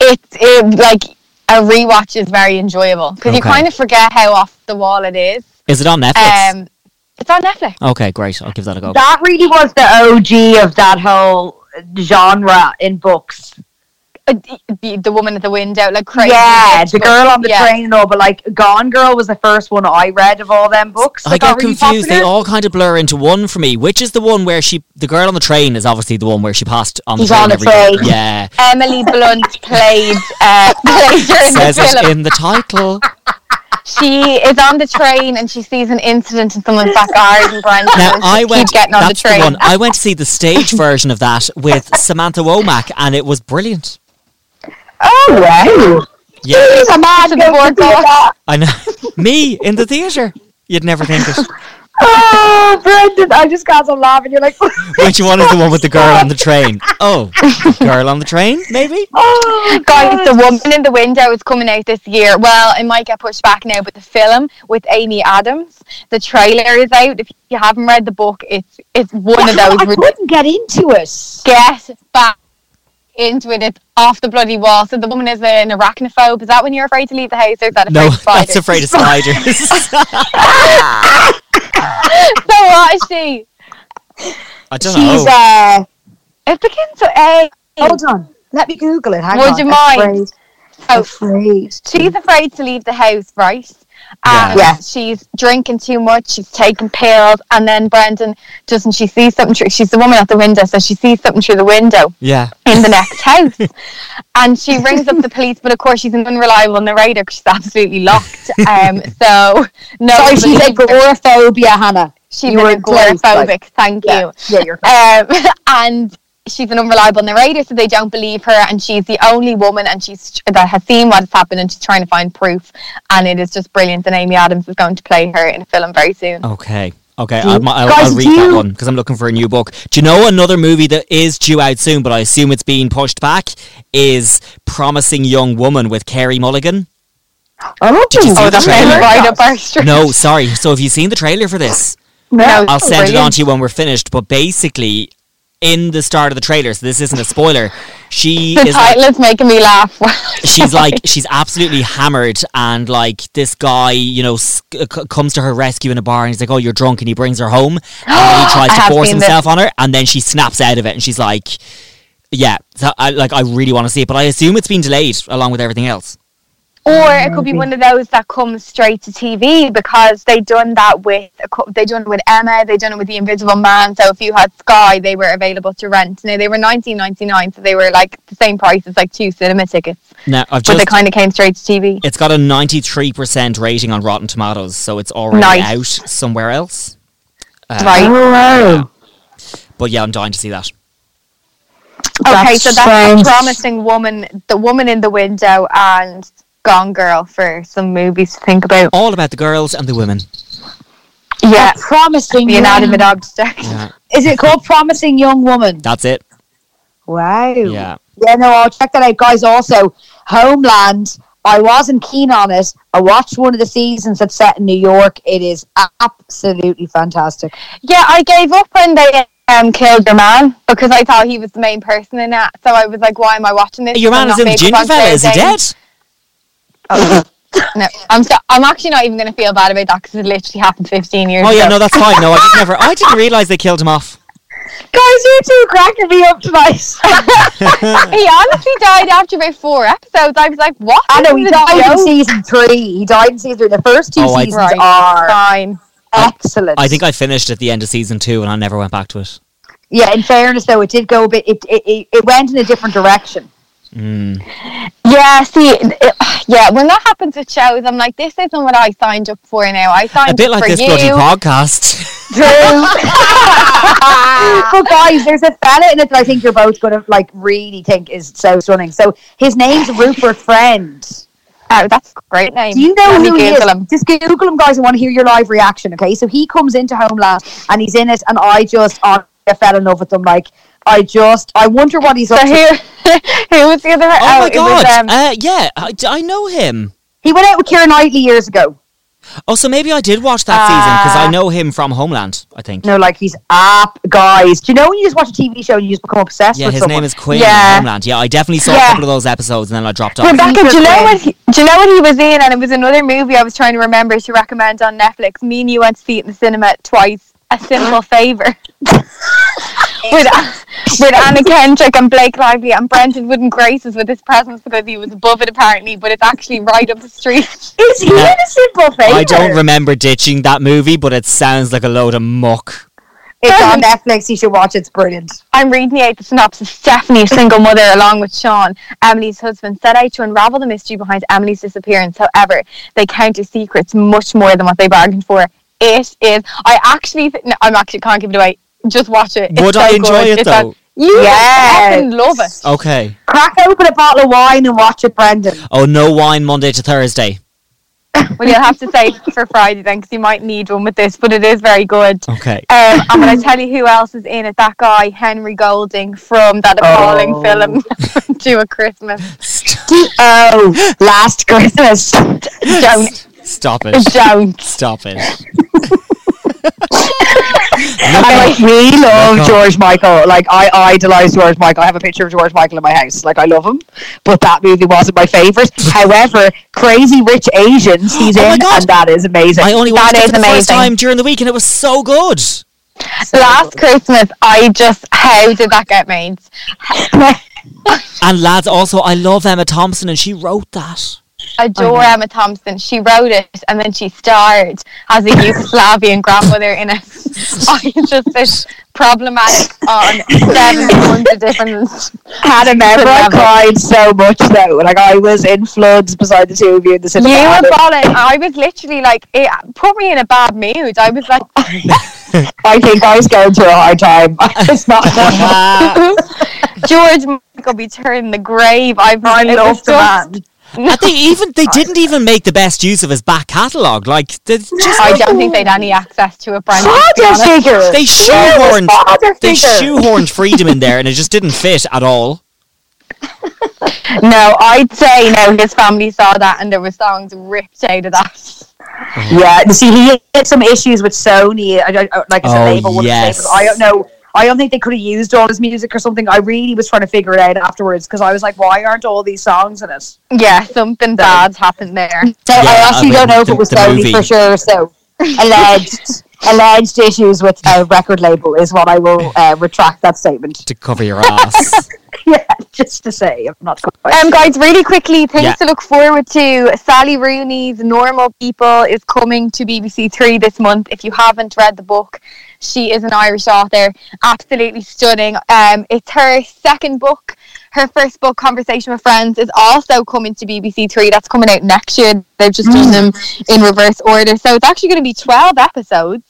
it's it, like a rewatch is very enjoyable because you Okay. kind of forget how off the wall it is Is it on Netflix? um it's on Netflix okay, great. I'll give that a go. That really was the OG of that whole genre in books. Uh, the, the- the woman at the window, like crazy. yeah, bitch, the but- girl on the yeah. train and all, but like Gone Girl was the first one I read of all them books. I that got got really confused. They popular. all kind of blur into one for me. Which is the one where she, the girl on the train, is obviously the one where she passed on the He's train on a every day. train. Yeah, Emily Blunt played uh, played her in the says it film. in the title. she is on the train and she sees an incident in someone's back garden. Brian, Now I went. keep getting on the that's the, train. one. I went to see the stage version of that with Samantha Womack, and it was brilliant. Oh, wow. Yeah, She's a mad Go see that. I know. Me in the theatre. You'd never think it. Oh, Brendan, I just got some laughing. You're like, Which one is the one with the girl on the train? Oh, the girl on the train, maybe. oh, Guys, the woman in the window is coming out this year. Well, it might get pushed back now, but the film with Amy Adams, the trailer is out. If you haven't read the book, it's it's one of I those. couldn't get into it. Get back into it, it's off the bloody wall. So the woman is an arachnophobe. Is that when you're afraid to leave the house, or is that afraid No, of spiders? that's afraid of spiders. so what is she? I don't know. She's uh, It begins with A. hold on. Let me Google it. Hang Would on. you mind? Afraid. afraid. She's afraid to leave the house, right? Yeah. And Yeah. she's drinking too much, she's taking pills, and then Brendan doesn't she sees something through she's the woman at the window, so she sees something through the window Yeah. in the next house. and she rings up the police, but of course she's an unreliable narrator 'cause she's absolutely locked. Um so no Sorry, she's believes her. agoraphobia, Hannah. she's you an were close, agoraphobic, like- thank Yeah. you. Yeah, you're um, and she's an unreliable narrator, so they don't believe her. And she's the only woman, and she's that has seen what has happened, and she's trying to find proof. And it is just brilliant. And Amy Adams is going to play her in a film very soon. Okay. Okay, I'll, I'll, Guys, I'll read do that you- one because I'm looking for a new book. Do you know another movie that is due out soon, but I assume it's being pushed back? Is Promising Young Woman with Carey Mulligan? Oh, Did you see the that's trailer? right up our street. No, sorry. So have you seen the trailer for this? No, I'll send it on Oh, brilliant. to you when we're finished. But basically, in the start of the trailer, so this isn't a spoiler. She The is like, title is making me laugh. she's like she's absolutely hammered and like this guy you know s- c- comes to her rescue in a bar and he's like oh you're drunk and he brings her home and then he tries I to have force seen himself on her and then she snaps out of it and she's like yeah so I, like I really want to see it but I assume it's been delayed along with everything else Or it could be one of those that comes straight to TV because they done that with a cou- they done it with Emma, they done it with The Invisible Man. So if you had Sky, they were available to rent. Now they were nineteen ninety nine, so they were like the same price as like two cinema tickets, now I've but just they kind of came straight to TV. it's got a 93% rating on Rotten Tomatoes so it's already Nice. out somewhere else right? but yeah I'm dying to see that Okay, That so that's a sounds- promising woman, the woman in the window, and Gone Girl for some movies to think about. all about the girls and the women Yeah, Uh, Promising the young. inanimate object. Is it called Promising Young Woman? that's it Wow. yeah Yeah, no, I'll check that out, guys. Also, Homeland. I wasn't keen on it. I watched one of the seasons that's set in New York. It is absolutely fantastic. Yeah, I gave up when they um, killed your man because I thought he was the main person in that. So I was like, why am I watching this? your I'm man is in not the big up ginger on fella Claire is he dead Danes. No, I'm, so, I'm actually not even going to feel bad about that because it literally happened 15 years Oh ago. yeah, no, that's fine. No, I just never. I didn't realize they killed him off. Guys, you two cracking me up tonight. he honestly died after about four episodes. I was like, what? I know This he is a died in season joke. three. He died in season three. The first two Oh, I- seasons Right, are fine. excellent. I think I finished at the end of season two, and I never went back to it. yeah, in fairness though, it did go a bit. It it, it, it went in a different direction. Mm. Yeah, see, it, yeah, when that happens with shows, I'm like, this isn't what I signed up for now. I signed A bit up like for this you. bloody podcast. but guys, there's a fella in it that I think you're both gonna like really think is so stunning. So his name's Rupert Friend. Oh, that's a great name. Do you know Let me who he is? Google him. Just Google him, guys. I want to hear your live reaction. Okay, so he comes into Homeland and he's in it, and I just I fell in love with him. Like I just I wonder what he's So up to. who, who was the other? Oh, my it god! Was, um, uh, yeah, I, I know him. He went out with Kieran Knightley years ago. Oh, so maybe I did watch that season because Ah. I know him from Homeland. I think. No, like he's up, guys. Do you know when you just watch a TV show and you just become obsessed yeah, with his someone? name is Quinn Yeah. on Homeland. Yeah, I definitely saw a Yeah. couple of those episodes, and then I dropped off. Rebecca, do you know Secret what? He, do you know what he was in? And it was another movie I was trying to remember to recommend on Netflix. Me and you went to see it in the cinema twice. A simple favor. with with Anna Kendrick and Blake Lively and Brendan wouldn't grace us with his presence because he was above it apparently, but it's actually right up the street. Is he in a simple favor? I don't remember ditching that movie, but it sounds like a load of muck. It's on Netflix. You should watch it. It's brilliant. I'm reading out the synopsis. Stephanie, a single mother, along with Sean, Emily's husband, set out to unravel the mystery behind Emily's disappearance. However, they counter secrets much more than what they bargained for. It is. I actually, th- no, I'm actually can't give it away. Just watch it. It's Would so I enjoy good. it, It's on- though? you Yes. yes. love it. Okay. Crack open a bottle of wine and watch it, Brendan. Oh, no wine Monday to Thursday. Well, you'll have to say for Friday then, because you might need one with this. But it is very good. Okay. Um, I'm going to tell you who else is in it. That guy, Henry Golding, from that appalling Oh. film, Do a Christmas. Oh, last Christmas. Don't, Stop it. don't. Stop it. and like we love Look up. George Michael. Like I idolize George Michael. I have a picture of George Michael in my house. Like I love him, but that movie wasn't my favorite. However, Crazy Rich Asians, he's Oh my in, God. and that is amazing. I only that watched it is for the amazing. first time during the week, and it was so good. Last Christmas, I just how did that get made? And lads, also I love Emma Thompson, and she wrote that. Adore Emma Thompson. She wrote it and then she starred as a Yugoslavian grandmother in it. I just it's problematic on seven hundred different. Had a member, I Level. cried so much though. Like I was in floods beside the two of you in the You cinema. were balling. I was literally like, it put me in a bad mood. I was like, I think I was going through a hard time. It's not. George Michael be turning the grave. I've I it was love the just- man. And they even they didn't even make the best use of his back catalogue. Like they just I don't think they'd any access to it, Brendan. to be honest. Father figure. they Where shoehorned was Father they figure? shoehorned freedom in there, and it just didn't fit at all. No, I'd say no. His family saw that, and there were songs ripped out of that. Yeah, you see, he had some issues with Sony. I, I, I- like I said, Oh, label one of the yes. labels. I don't know. I don't think they could have used all his music or something. I really was trying to figure it out afterwards because I was like, why aren't all these songs in it? So Yeah, something bad happened there. Yeah, I actually I mean, don't know if the- it was the Sony movie. for sure. So alleged alleged issues with a record label is what I will uh, retract that statement. To cover your ass. Yeah, just to say, I'm not. quite Um, guys, really quickly, things Yeah. to look forward to. Sally Rooney's Normal People is coming to BBC Three this month. If you haven't read the book, she is an Irish author. Absolutely stunning. Um, it's her second book. Her first book, Conversation with Friends, is also coming to BBC Three. That's coming out next year. They've just done them in reverse order. So it's actually going to be 12 episodes.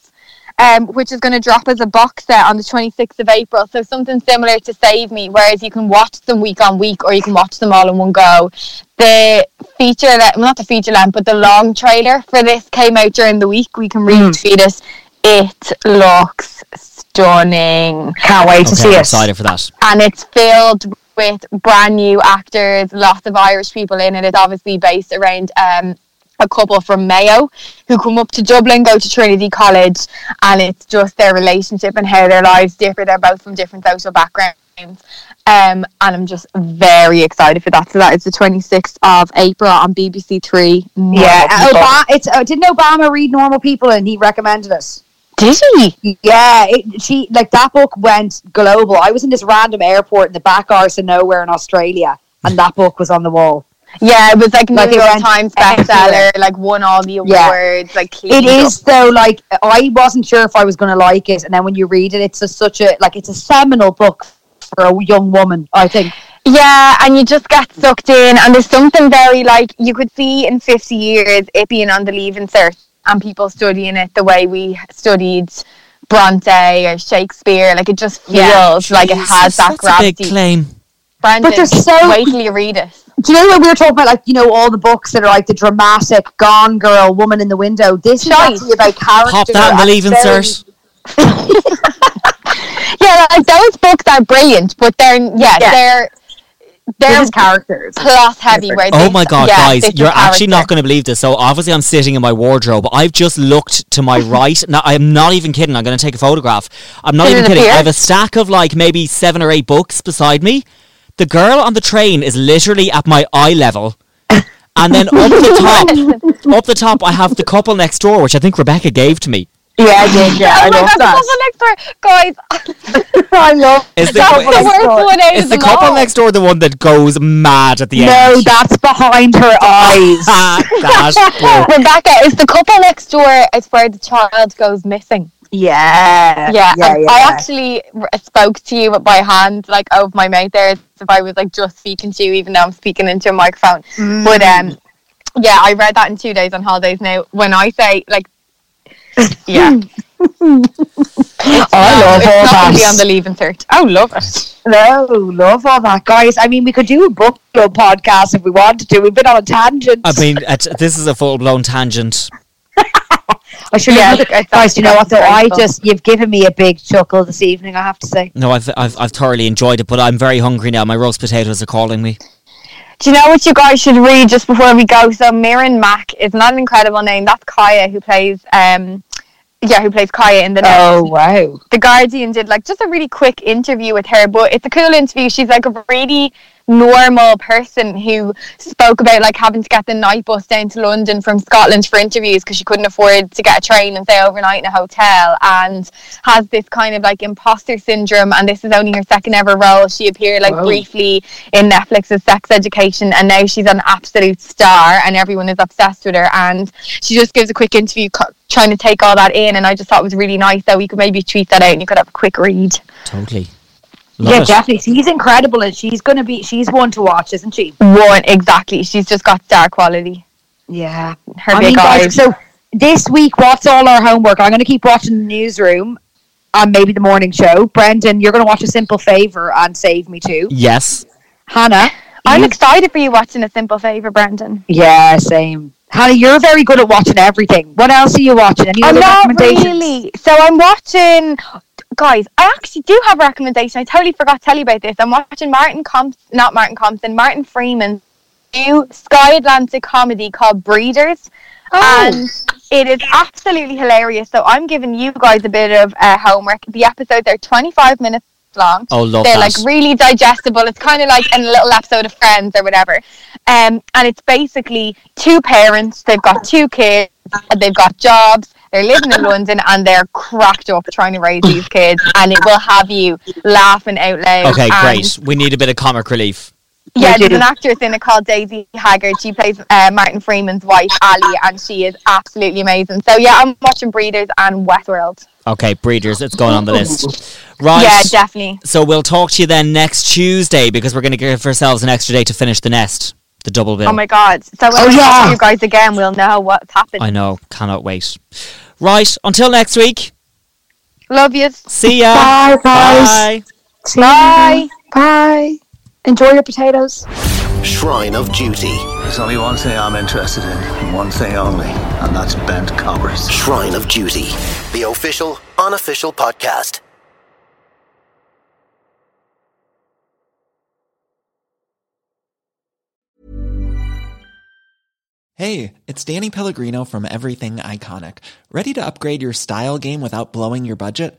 um, which is going to drop as a box set on the 26th of April. So something similar to Save Me, whereas you can watch them week on week or you can watch them all in one go. The feature, le- well, not the feature length, but the long trailer for this came out during the week. We can retweet it. It looks stunning. Can't wait to Okay, see I'm it. excited for that. And it's filled with brand new actors, lots of Irish people in it. It's obviously based around um, a couple from Mayo who come up to Dublin, go to Trinity College, and it's just their relationship and how their lives differ. They're both from different social backgrounds. Um, and I'm just very excited for that. So that is the 26th of April on BBC Three. Yeah, Normal People. Obama, it's uh, didn't Obama read Normal People and he recommended it. Did he? Yeah, it, she like that book went global. I was in this random airport in the back arse of nowhere in Australia, and that book was on the wall. Yeah, it was like New Like, it York went Times everywhere. bestseller, like won all the awards. Yeah. Like It cleaned up is though, like I wasn't sure if I was going to like it, and then when you read it, it's a, such a like it's a seminal book for a young woman. I think. Yeah, and you just get sucked in, and there's something very like you could see in 50 years it being on the leaving cert and people studying it the way we studied Bronte or Shakespeare. Like it just feels like it Jesus, has that that's a big gravity. claim. Brandon, But there's so- wait till you read it. Do you know what we were talking about? Like you know all the books that are like the dramatic Gone Girl, Woman in the Window. This is Nice. actually about character. Pop that in the and leaving very- cert. Yeah, like those books are brilliant, but they're Yeah. yeah, they're They're they're just characters. plot heavy. Where Oh this- my god, yeah, this guys, is you're actually character. not going to believe this. So obviously, I'm sitting in my wardrobe. I've just looked to my right. Now I'm not even kidding. I'm going to take a photograph. I'm not Did even it kidding. I appear? have a stack of like maybe seven or eight books beside me. The girl on the train is literally at my eye level, and then up the top, up the top, I have the couple next door, which I think Rebecca gave to me. Yeah, I did. Yeah, I Oh my love god, that. the couple next door, guys. I love Is the, That was the is- worst one out of is the them couple all. next door the one that goes mad at the No, end? that's behind her eyes. Ah, that's blue. Rebecca, is the couple next door is where the child goes missing. yeah. Yeah, Yeah. and yeah. I actually r- spoke to you by hand, like over my mouth there, as if I was like just speaking to you, even though I'm speaking into a microphone. But Mm. um, yeah, I read that in two days on holidays. Now, when I say like, yeah, I love all it's not going to be on that. the leave insert. Oh, love it. no, love all that, guys. I mean, we could do a book club podcast if we wanted to. We've been on a tangent. I mean, at, this is a full blown tangent. I should Yeah, have. look, I guys, you know what? Though that's I very cool. just you've given me a big chuckle this evening. I have to say. No, I've, I've I've thoroughly enjoyed it, but I'm very hungry now. My roast potatoes are calling me. Do you know what you guys should read just before we go? So Mirren Mack is not an incredible name. That's Kaya who plays um, yeah, who plays Kaya in the next. Oh wow! The Guardian did like just a really quick interview with her, but it's a cool interview. She's like a really normal person who spoke about like having to get the night bus down to London from Scotland for interviews because she couldn't afford to get a train and stay overnight in a hotel and has this kind of like imposter syndrome and this is only her second ever role. She appeared like Wow. briefly in Netflix's Sex Education and now she's an absolute star and everyone is obsessed with her and she just gives a quick interview co- trying to take all that in and I just thought it was really nice that we could maybe tweet that out and you could have a quick read. Totally. yeah, it. definitely. She's incredible, and she's going to be. She's one to watch, isn't she? One exactly. She's just got star quality. Yeah, her I big mean, guys, eyes. so this week, what's all our homework? I'm going to keep watching the newsroom and maybe the morning show. Brendan, you're going to watch A Simple Favor and Save Me Too. Yes. Hannah, I'm you- excited for you watching A Simple Favor, Brendan. yeah, same. Hannah, you're very good at watching everything. What else are you watching? Any I'm other not recommendations? really. So I'm watching. Guys, I actually do have a recommendation. I totally forgot to tell you about this. I'm watching Martin Comp, not Martin Compton, Martin Freeman's new Sky Atlantic comedy called Breeders. Oh. And it is absolutely hilarious. So I'm giving you guys a bit of uh, homework. The episodes are 25 minutes long. Oh, love They're that. like really digestible. It's kind of like a little episode of Friends or whatever. Um, and it's basically two parents. They've got two kids. They've got jobs. They're living in London and they're cracked up trying to raise these kids. And it will have you laughing out loud. Okay, and great. We need a bit of comic relief. yeah, there's an actress in it called Daisy Haggard. She plays uh, Martin Freeman's wife, Ali, and she is absolutely amazing. So yeah, I'm watching Breeders and Westworld. Okay, breeders, it's going on the list. Right. Yeah, definitely. So we'll talk to you then next Tuesday because we're going to give ourselves an extra day to finish the nest, the double bill. Oh my god! So when Oh, we talk yeah. to you guys again, we'll know what's happened. I know, cannot wait. Right, until next week. Love you. See ya. Bye, guys. Bye. Bye. Bye. Enjoy your potatoes. Shrine of Duty. There's only one thing I'm interested in, and one thing only, and that's bent covers. Shrine of Duty. The official, unofficial podcast. Hey, it's Danny Pellegrino from Everything Iconic. Ready to upgrade your style game without blowing your budget?